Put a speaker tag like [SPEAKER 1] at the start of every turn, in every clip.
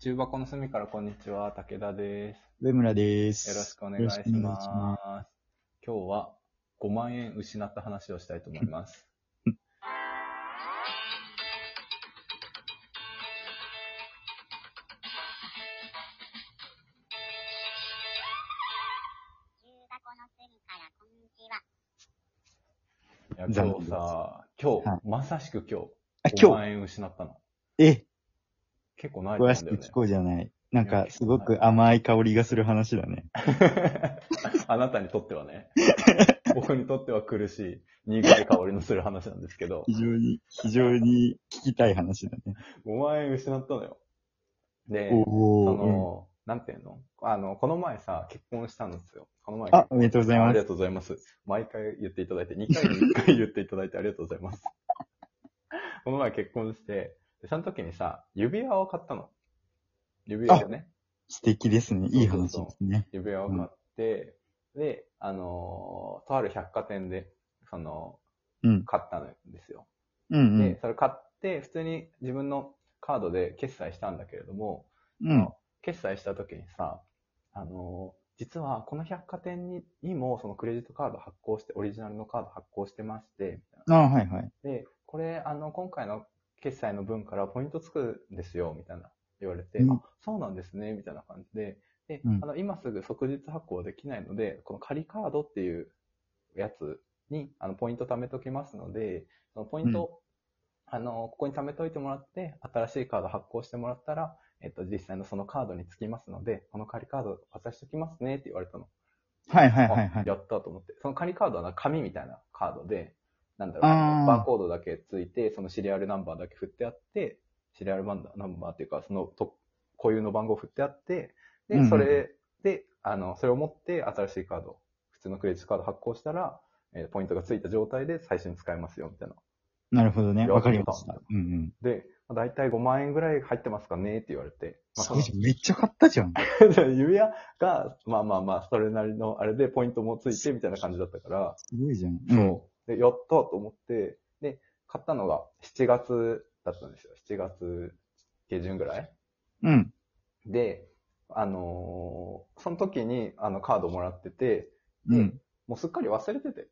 [SPEAKER 1] 中箱の隅からこんにちは、武田で
[SPEAKER 2] 上村です。
[SPEAKER 1] す。よろしくお願いします。
[SPEAKER 2] よろくお願いしま
[SPEAKER 1] 今日は5万円失った話をしたいと思います。
[SPEAKER 3] 重箱の隅からこんにちは。
[SPEAKER 1] いや
[SPEAKER 2] 残念
[SPEAKER 1] 今日さ、今日、
[SPEAKER 2] はい
[SPEAKER 1] まさしく今
[SPEAKER 2] あ
[SPEAKER 1] 日、5
[SPEAKER 2] 今
[SPEAKER 1] 万円失ったの。
[SPEAKER 2] 日、え、
[SPEAKER 1] 結構ないんだ
[SPEAKER 2] 詳
[SPEAKER 1] よ
[SPEAKER 2] し
[SPEAKER 1] ね
[SPEAKER 2] く。聞こうじゃない。なん
[SPEAKER 1] いや
[SPEAKER 2] か、
[SPEAKER 1] 結
[SPEAKER 2] す
[SPEAKER 1] 構
[SPEAKER 2] ごく甘い香りがする話だね。
[SPEAKER 1] あなたにとってはね。 僕にとっては苦しい、苦い香りのする話なんですけど、
[SPEAKER 2] 非常に、非常に聞きたい話だね。
[SPEAKER 1] 5万円失ったのよ。で、そ
[SPEAKER 2] おお、
[SPEAKER 1] の、なんていうのあの、この前さ、結婚したんですよ。この前
[SPEAKER 2] あ、おめでとうござい
[SPEAKER 1] あ
[SPEAKER 2] ま
[SPEAKER 1] り
[SPEAKER 2] す。
[SPEAKER 1] がとうございます。毎回言っていただいて、2回に1回言っていただいてありがとうござい ます。この前結婚して、でその時にさ、指輪を買ったの。指輪をね、
[SPEAKER 2] 素敵ですね。いい話ですね。
[SPEAKER 1] 指輪を買って、で、あのーとある百貨店で、その、
[SPEAKER 2] うん
[SPEAKER 1] 買ったんですよ。
[SPEAKER 2] うん
[SPEAKER 1] で、それ買って、普通に自分のカードで決済したんだけれども、
[SPEAKER 2] うん。うん。
[SPEAKER 1] 決済した時にさ、あのー実はこの百貨店ににもそのクレジットカード発行して、オリジナルのカード発行してまして、みたい
[SPEAKER 2] あはいはい。
[SPEAKER 1] なで、これ、あの、今回の決済の分からポイントつくんですよ、みたいな言われて、
[SPEAKER 2] うん
[SPEAKER 1] あ、そうなんですね、みたいな感じで、で、
[SPEAKER 2] うん
[SPEAKER 1] あの、今すぐ即日発行できないので、この仮カードっていうやつに、あの、ポイント貯めときますので、そのポイントを、あの、ここに貯めといてもらって、新しいカード発行してもらったら、えっと、実際のそのカードにつきますので、この仮カード渡しときますねって言われたの。
[SPEAKER 2] はいはいはいは
[SPEAKER 1] あ
[SPEAKER 2] い。
[SPEAKER 1] やったと思って。その仮カードはな紙みたいなカードで、なんだろう、
[SPEAKER 2] あー
[SPEAKER 1] バーコードだけついて、そのシリアルナンバーだけ振ってあって、シリアルバンダナンバーっていうか、そのと固有の番号を振ってあって、
[SPEAKER 2] うんう
[SPEAKER 1] で、
[SPEAKER 2] ん
[SPEAKER 1] それで、あの、それを持って新しいカード、普通のクレジットカード発行したら、えーポイントがついた状態で最初に使えますよ、みたいな。
[SPEAKER 2] なるほどね。
[SPEAKER 1] や
[SPEAKER 2] わかりました。うんうん。
[SPEAKER 1] で、まあ大体5万円ぐらい入ってますかねって言われて。まあ
[SPEAKER 2] すごいじゃん。めっちゃ買ったじゃん。
[SPEAKER 1] 指輪が、まあまあまあ、それなりのあれでポイントもついてみたいな感じだったから、
[SPEAKER 2] すごいじゃん。うん。
[SPEAKER 1] そう。で、やったと思って、で、買ったのが7月だったんですよ。7月下旬ぐらい。
[SPEAKER 2] うん。
[SPEAKER 1] で、あのーその時にあのカードもらってて、
[SPEAKER 2] うん。
[SPEAKER 1] もうすっかり忘れてて。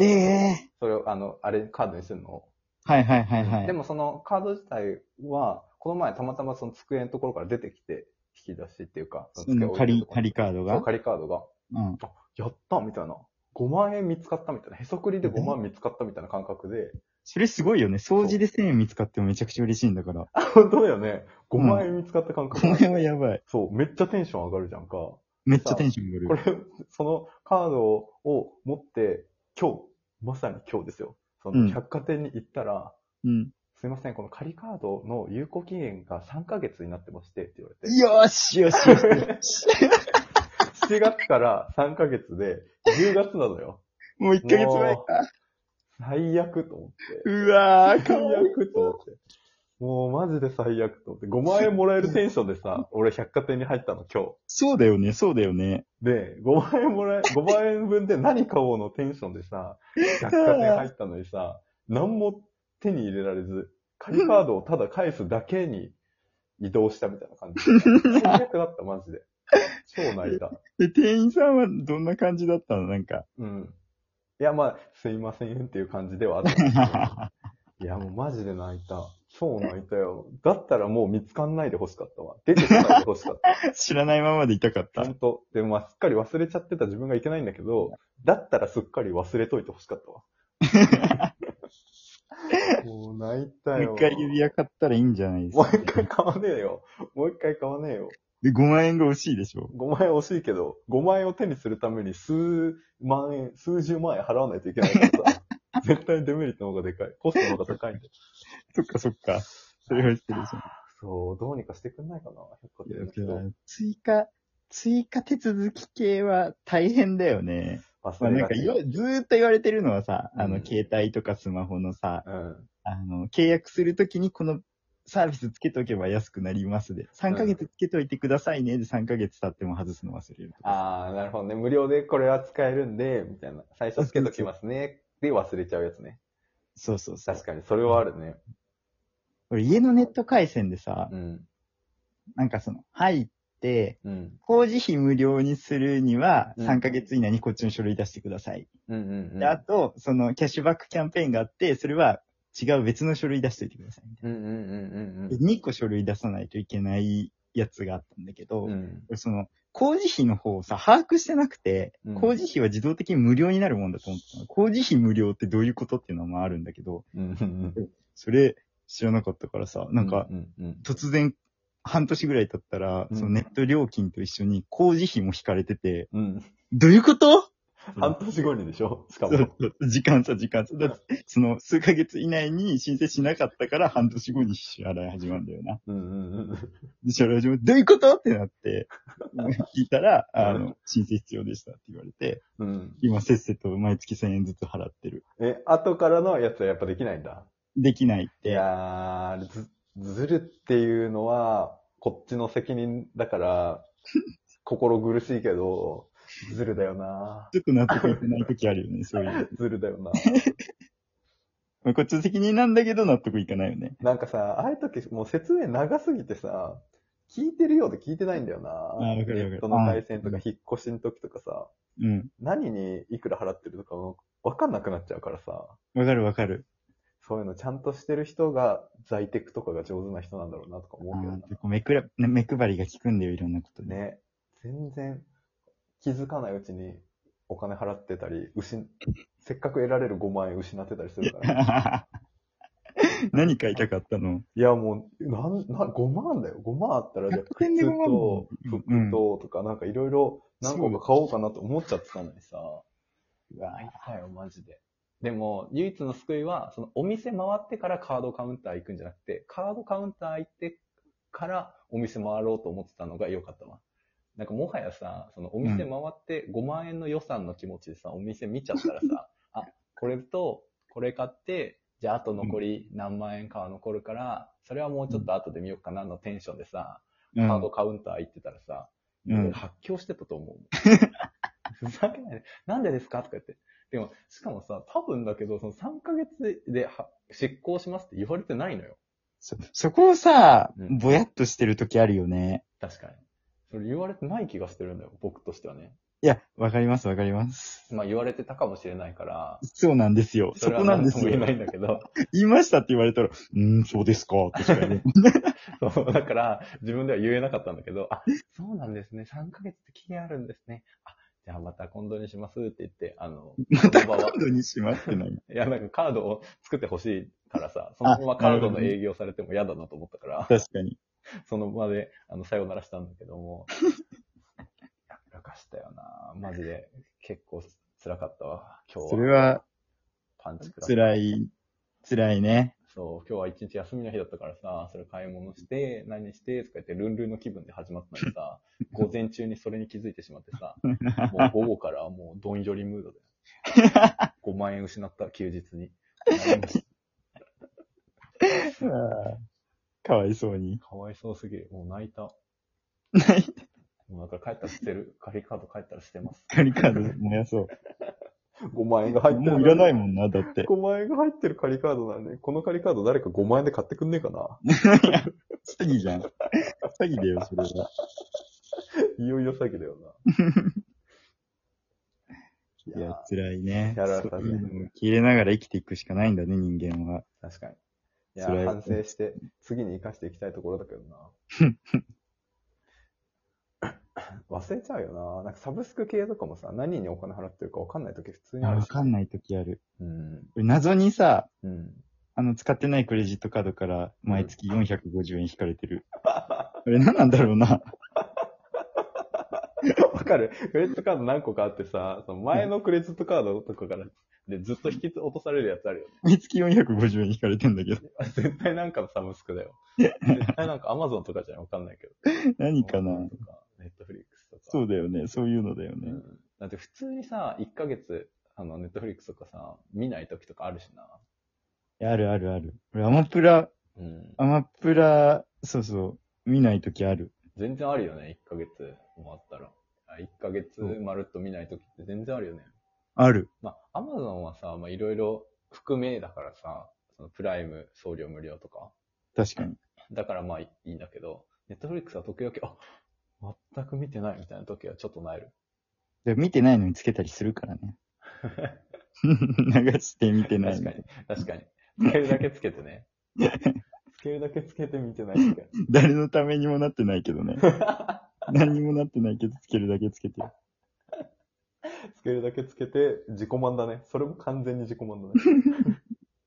[SPEAKER 2] ええ
[SPEAKER 1] それを、あの、あれ、カードにするのを。
[SPEAKER 2] はいはいはいはい。
[SPEAKER 1] でもそのカード自体は、この前たまたまその机のところから出てきて、引き出しっていうか、
[SPEAKER 2] その仮、
[SPEAKER 1] カ
[SPEAKER 2] 仮カードが。
[SPEAKER 1] 仮カードが。
[SPEAKER 2] うん。
[SPEAKER 1] やったみたいな。5万円見つかったみたいな。へそくりで5万見つかったみたいな感覚で。
[SPEAKER 2] それすごいよね。掃除で1000円見つかってもめちゃくちゃ嬉しいんだから。
[SPEAKER 1] 本当だよね。5
[SPEAKER 2] うん
[SPEAKER 1] 万円見つかった感覚、
[SPEAKER 2] これはやばい。
[SPEAKER 1] そう、めっちゃテンション上がるじゃんか。こ
[SPEAKER 2] めっちゃテンション上が
[SPEAKER 1] れ
[SPEAKER 2] る。、
[SPEAKER 1] そのカードを持って、今日、まさに今日ですよ。そうの
[SPEAKER 2] ん
[SPEAKER 1] 百貨店に行ったら、
[SPEAKER 2] うん。
[SPEAKER 1] すいません、この仮カードの有効期限が3ヶ月になってまして、って言われて。
[SPEAKER 2] よーしよしよしよし。
[SPEAKER 1] 7月から3ヶ月で、10月なのよ。
[SPEAKER 2] もう1ヶ月前か。
[SPEAKER 1] 最悪と思って。
[SPEAKER 2] うわー、か
[SPEAKER 1] 最
[SPEAKER 2] わいい。
[SPEAKER 1] 悪と思って。もうマジで最悪と思って。5万円もらえるテンションでさ、俺百貨店に入ったの今日。
[SPEAKER 2] そうだよね、そうだよね。
[SPEAKER 1] で、5万円もらえ、5万円分で何買おうのテンションでさ、百貨店入ったのにさ、何も手に入れられず、仮カードをただ返すだけに移動したみたいな感じ。最悪だった、マジで。超泣いた。
[SPEAKER 2] で、店員さんはどんな感じだったのなんか。
[SPEAKER 1] うん。いや、まあ、すいませんっていう感じではあったんですけど。いや、もうマジで泣いた。超泣いたよ。だったらもう見つかんないで欲しかったわ。出てこないで欲しかった。
[SPEAKER 2] 知らないままでいたかった
[SPEAKER 1] ほ。んと。でも、まあ、すっかり忘れちゃってた自分がいけないんだけど、だったらすっかり忘れといてほしかったわ。もう泣いたよ。
[SPEAKER 2] もう一回指輪買ったらいいんじゃないです
[SPEAKER 1] もう
[SPEAKER 2] か。
[SPEAKER 1] 一回買わねえよ。もう一回買わねえよ。
[SPEAKER 2] で、5万円が惜しいでしょ。
[SPEAKER 1] 5万円惜しいけど、5万円を手にするために数万円、数十万円払わないといけないから さ。絶対デメリットの方がでかい。コストの方が高いんで。
[SPEAKER 2] そっかそっか。それは失礼しまし
[SPEAKER 1] そう、どうにかしてくんないかな。百貨店の人
[SPEAKER 2] た。追加、追加手続き系は大変だよね。まあ
[SPEAKER 1] 忘れ
[SPEAKER 2] なん
[SPEAKER 1] が
[SPEAKER 2] か
[SPEAKER 1] ち
[SPEAKER 2] 言わ、ずーっと言われてるのはさ、あ
[SPEAKER 1] う
[SPEAKER 2] の、
[SPEAKER 1] ん
[SPEAKER 2] 携帯とかスマホのさ、
[SPEAKER 1] うん。
[SPEAKER 2] あの、契約するときにこのサービスつけとけば安くなりますで、3ヶ月つけといてくださいねで3ヶ月経っても外すの忘れるとか。
[SPEAKER 1] ああ、なるほどね。無料でこれは使えるんで、みたいな。最初つけときますね。で、忘れちゃうやつね。
[SPEAKER 2] そうそうそう
[SPEAKER 1] 確。かに、それはあるね。
[SPEAKER 2] 俺家のネット回線でさ、
[SPEAKER 1] うん。
[SPEAKER 2] なんかその、入って、
[SPEAKER 1] うん。
[SPEAKER 2] 工事費無料にするには、
[SPEAKER 1] うん
[SPEAKER 2] 3ヶ月以内にこっちの書類出してください。
[SPEAKER 1] うんうんうん。
[SPEAKER 2] で、あと、その、キャッシュバックキャンペーンがあって、それは違う別の書類出しておいてくださいみたい
[SPEAKER 1] うんうんうんうん
[SPEAKER 2] な。で、2個書類出さないといけないやつがあったんだけど、
[SPEAKER 1] うん。うん。
[SPEAKER 2] その、工事費の方をさ、把握してなくて
[SPEAKER 1] うん、
[SPEAKER 2] 工事費は自動的に無料になるもんだと思ってたの。工事費無料ってどういうことっていうのもあるんだけど、
[SPEAKER 1] うんうん
[SPEAKER 2] それ知らなかったからさ、
[SPEAKER 1] う
[SPEAKER 2] なんか、
[SPEAKER 1] うんうん
[SPEAKER 2] 突然、半年ぐらい経ったら、
[SPEAKER 1] うん
[SPEAKER 2] そのネット料金と一緒に工事費も引かれてて、
[SPEAKER 1] うん。
[SPEAKER 2] どういうこと
[SPEAKER 1] 半年後にでしょしか
[SPEAKER 2] そう
[SPEAKER 1] も。
[SPEAKER 2] そう時間差、時間差。だって、その数ヶ月以内に申請しなかったから、半年後に支払い始まるんだよな。
[SPEAKER 1] うんうんうん。
[SPEAKER 2] で支払い始まる。どういうことってな って、聞いたら、あの、申請必要でしたって言われて、
[SPEAKER 1] うん。
[SPEAKER 2] 今せっせと毎月1000円ずつ払ってる。
[SPEAKER 1] え、後からのやつはやっぱできないんだ。
[SPEAKER 2] できないっ
[SPEAKER 1] い
[SPEAKER 2] て。
[SPEAKER 1] やー、ず、ずるっていうのは、こっちの責任だ から、心苦しいけど、ずるだよな
[SPEAKER 2] ちょっと納得いってない時あるよね、そう いう。
[SPEAKER 1] ずるだよな
[SPEAKER 2] まあこっちの責任なんだけど納得いかないよね。
[SPEAKER 1] なんかさ、ああいう時、もう説明長すぎてさ、聞いてるようで聞いてないんだよな
[SPEAKER 2] あわかるわかる
[SPEAKER 1] ネットの回線とか引っ越しの時とかさ、
[SPEAKER 2] うん。
[SPEAKER 1] 何にいくら払ってるとかもわかんなくなっちゃうからさ、
[SPEAKER 2] わかるわかる。
[SPEAKER 1] そういうのちゃんとしてる人が在宅とかが上手な人なんだろうなとか思
[SPEAKER 2] あ
[SPEAKER 1] うけど
[SPEAKER 2] ーこう目くら、ね目配りが効くんだよ、いろんなこと
[SPEAKER 1] な。
[SPEAKER 2] ね。
[SPEAKER 1] ね、全然気づかないうちにお金払ってたり、失、せっかく得られる5万円失ってたりするからね、
[SPEAKER 2] 何買いたかったの
[SPEAKER 1] いや、もう、なん、な、5万だよ。5万あったら、じゃあ
[SPEAKER 2] 100円
[SPEAKER 1] 靴
[SPEAKER 2] で
[SPEAKER 1] と、
[SPEAKER 2] 5
[SPEAKER 1] 服
[SPEAKER 2] 万
[SPEAKER 1] と、とか、なんかいろいろ何個か買おうかなと思っちゃってたのにさ。
[SPEAKER 2] うわ
[SPEAKER 1] あいたよ、マジで。でも、唯一の救いは、そのお店回ってからカードカウンター行くんじゃなくて、カードカウンター行ってからお店回ろうと思ってたのが良かったわ。なんかもはやさ、そのお店回って5万円の予算の気持ちでさ、お店見ちゃったら さ、あ、これとこれ買って、じゃああと残り何万円かは残るから、それはもうちょっと後で見ようかなのテンションでさ、
[SPEAKER 2] う
[SPEAKER 1] カー
[SPEAKER 2] ん
[SPEAKER 1] ドカウンター行ってたらさ、
[SPEAKER 2] うん。
[SPEAKER 1] 発狂してたと思 う。ふざけないで。なんでですかとか言って。でも、しかもさ、多分だけど、その3ヶ月では執行しますって言われてないのよ。
[SPEAKER 2] そ、そこをさ
[SPEAKER 1] うん、
[SPEAKER 2] ぼやっとしてる時あるよね。
[SPEAKER 1] 確かに。それ言われてない気がしてるんだよ、僕としてはね。
[SPEAKER 2] いや、わかります、わかります。
[SPEAKER 1] まあ言われてたかもしれないから、
[SPEAKER 2] そうなんですよ。そこなんです
[SPEAKER 1] それ
[SPEAKER 2] よ
[SPEAKER 1] は。何とも言えないんだけど、
[SPEAKER 2] 言いましたって言われたら、うーん、そうですか、ってしか言え ない
[SPEAKER 1] そう、だから、自分では言えなかったんだけど、あ、そうなんですね、3ヶ月って期限あるんですね。あ、じゃあまた今度にしますって言って、あの、
[SPEAKER 2] また
[SPEAKER 1] 言葉は
[SPEAKER 2] 今度にしまってない。
[SPEAKER 1] いや、なんかカードを作ってほしいからさ、そのままカードの営業されても嫌だなと思ったから、
[SPEAKER 2] 確かに。
[SPEAKER 1] その場で、あの、さよならしたんだけど も、やらかしたよなマジで、結構辛かったわ。今
[SPEAKER 2] そ
[SPEAKER 1] 日
[SPEAKER 2] れ
[SPEAKER 1] は
[SPEAKER 2] は、
[SPEAKER 1] パンチ食らった
[SPEAKER 2] 辛い、辛いね。
[SPEAKER 1] そう、今日は一日休みの日だったからさ、それ買い物して、何して、とか言って、ルンルンの気分で始まったのに さ、午前中にそれに気づいてしまって さ、もう午後からもうどんよりムードで。5万円失った、休日 に。
[SPEAKER 2] あーかわいそうに。
[SPEAKER 1] かわいそうすぎる。もう泣いた。
[SPEAKER 2] 泣い
[SPEAKER 1] もうだから帰ったら捨てる。仮カード帰ったら捨てます。
[SPEAKER 2] カリカード燃やそう。
[SPEAKER 1] 5万円が 入ってる。
[SPEAKER 2] もういらない
[SPEAKER 1] ん。
[SPEAKER 2] もんな、だって。
[SPEAKER 1] 5万円が入ってる仮カードなんで、この仮カード誰か5万円で買ってくんねえかな。
[SPEAKER 2] 詐欺じゃん。詐欺だよ、それは。
[SPEAKER 1] いよいよ詐欺だよ な。
[SPEAKER 2] いや、辛いね。
[SPEAKER 1] やられた
[SPEAKER 2] そう
[SPEAKER 1] ね
[SPEAKER 2] いうのを受け入れながら生きていくしかないんだね、人間は。
[SPEAKER 1] 確かに。いや、
[SPEAKER 2] 辛い
[SPEAKER 1] 反省して、次に生かしていきたいところだけどな。 忘れちゃうよな。なんかサブスク系とかもさ、何にお金払ってるか分かんないとき普通にある
[SPEAKER 2] わ
[SPEAKER 1] し。
[SPEAKER 2] かんない時ある。
[SPEAKER 1] うん。
[SPEAKER 2] 謎にさ、
[SPEAKER 1] うん。
[SPEAKER 2] あの、使ってないクレジットカードから毎月450円引かれてる。あれ何なんだろうな。
[SPEAKER 1] わかる。クレジットカード何個かあってさ、その前のクレジットカードとかから、で、ずっと引き落とされるやつあるよね。
[SPEAKER 2] 毎月450円引かれてんだけど。
[SPEAKER 1] あ絶対なんかのサブスクだよ。絶対なんか Amazon とかじゃわかんないけど。
[SPEAKER 2] 何かな
[SPEAKER 1] Amazon とか、Netflix とか。
[SPEAKER 2] そうだよね。そういうのだよ
[SPEAKER 1] う
[SPEAKER 2] ね。
[SPEAKER 1] ん。だって普通にさ、1ヶ月、あの、Netflix とかさ、見ない時とかあるしな。
[SPEAKER 2] あるあるある。俺、アマプラ、
[SPEAKER 1] うん。
[SPEAKER 2] アマプラ、そうそう、見ない時ある。
[SPEAKER 1] 全然あるよね、1ヶ月もあったら。1ヶ月まるっと見ない時って全然あるよね。
[SPEAKER 2] ある。
[SPEAKER 1] まあ、アマゾンはさ、まあ、いろいろ含めだからさ、そのプライム送料無料とか。
[SPEAKER 2] 確かに。
[SPEAKER 1] だからまあいいんだけど、ネットフリックスは時々、あ、全く見てないみたいな時はちょっとなえる。
[SPEAKER 2] で見てないのにつけたりするか らね。流して見てない
[SPEAKER 1] 確
[SPEAKER 2] の
[SPEAKER 1] か。に、確かに。つけるだけつけて ね。つけるだけつけて見てない時
[SPEAKER 2] 誰のためにもなってないけ どね。
[SPEAKER 1] は
[SPEAKER 2] 何にもなってないけど、つけるだけつけてる。
[SPEAKER 1] つけるだけつけて、自己満だね。それも完全に自己満だね。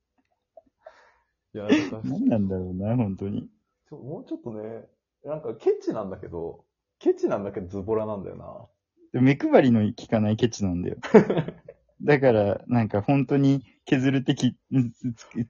[SPEAKER 1] いや、だから
[SPEAKER 2] 何なんだろうな、本当に。
[SPEAKER 1] ちょもうちょっとね、なんかケチなんだけど、ケチなんだけどズボラなんだよな。
[SPEAKER 2] で目配りの効かないケチなん だよ。だから、なんか本当に削るてき、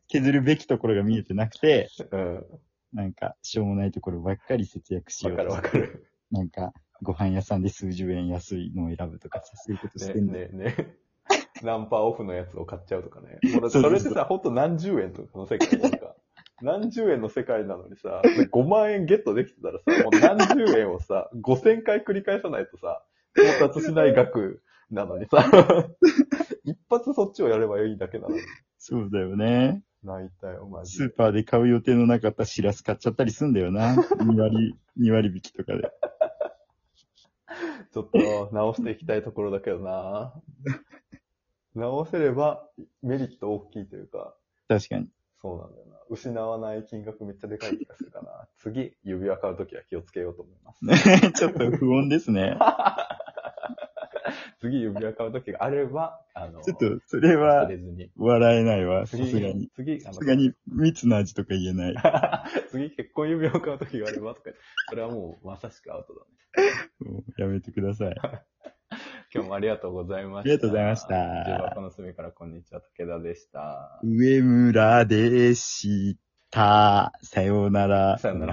[SPEAKER 2] 削るべきところが見えてなくて、
[SPEAKER 1] うん。
[SPEAKER 2] なんか、しょうもないところばっかり節約しよ
[SPEAKER 1] わ
[SPEAKER 2] う
[SPEAKER 1] か
[SPEAKER 2] と
[SPEAKER 1] るわ
[SPEAKER 2] す
[SPEAKER 1] かる。
[SPEAKER 2] なんか、ご飯屋さんで数十円安いのを選ぶとかさ、そういうことし
[SPEAKER 1] ね
[SPEAKER 2] てんだよ。
[SPEAKER 1] ねね。 ナンパオフのやつを買っちゃうとかね。もうだって
[SPEAKER 2] そ
[SPEAKER 1] そ
[SPEAKER 2] うそうそ
[SPEAKER 1] れ
[SPEAKER 2] う
[SPEAKER 1] ってさ、ほんと何十円とかの世界なんか。 何十円の世界なのに さ、5万円ゲットできてたらさ、もう何十円をさ、5000回 繰り返さないとさ、到達しない額なのにさ、 一発そっちをやればいいだけなのに。
[SPEAKER 2] そうだよね。
[SPEAKER 1] 泣いたよ、マジで
[SPEAKER 2] スー。パーで買う予定のなかったシラス買っちゃったりすんだよ な。2割、2割引きとかで。
[SPEAKER 1] ちょっと直していきたいところだけどな直せればメリット大きいというか、
[SPEAKER 2] 確かに。
[SPEAKER 1] そうなんだよな。失わない金額めっちゃでかい気がするか な。次、指輪買うときは気をつけようと思います。
[SPEAKER 2] ちょっと不穏で すね。
[SPEAKER 1] 次、指輪買うときがあれば、あの、
[SPEAKER 2] ちょっと、それは
[SPEAKER 1] 忘れずに。
[SPEAKER 2] 笑えないわ、さ
[SPEAKER 1] 次、
[SPEAKER 2] すがに。
[SPEAKER 1] 次、あ
[SPEAKER 2] さ
[SPEAKER 1] の
[SPEAKER 2] すがに蜜の味とか言えない。
[SPEAKER 1] 次結婚指輪を買うときがあればとか、それはもうまさしくアウトだね。
[SPEAKER 2] もうやめてください。
[SPEAKER 1] 今日もありがとうございました。
[SPEAKER 2] ありがとうございました
[SPEAKER 1] 重箱の隅からこんにちは、武田でした。
[SPEAKER 2] 上村でした。さようなら。
[SPEAKER 1] さよなら。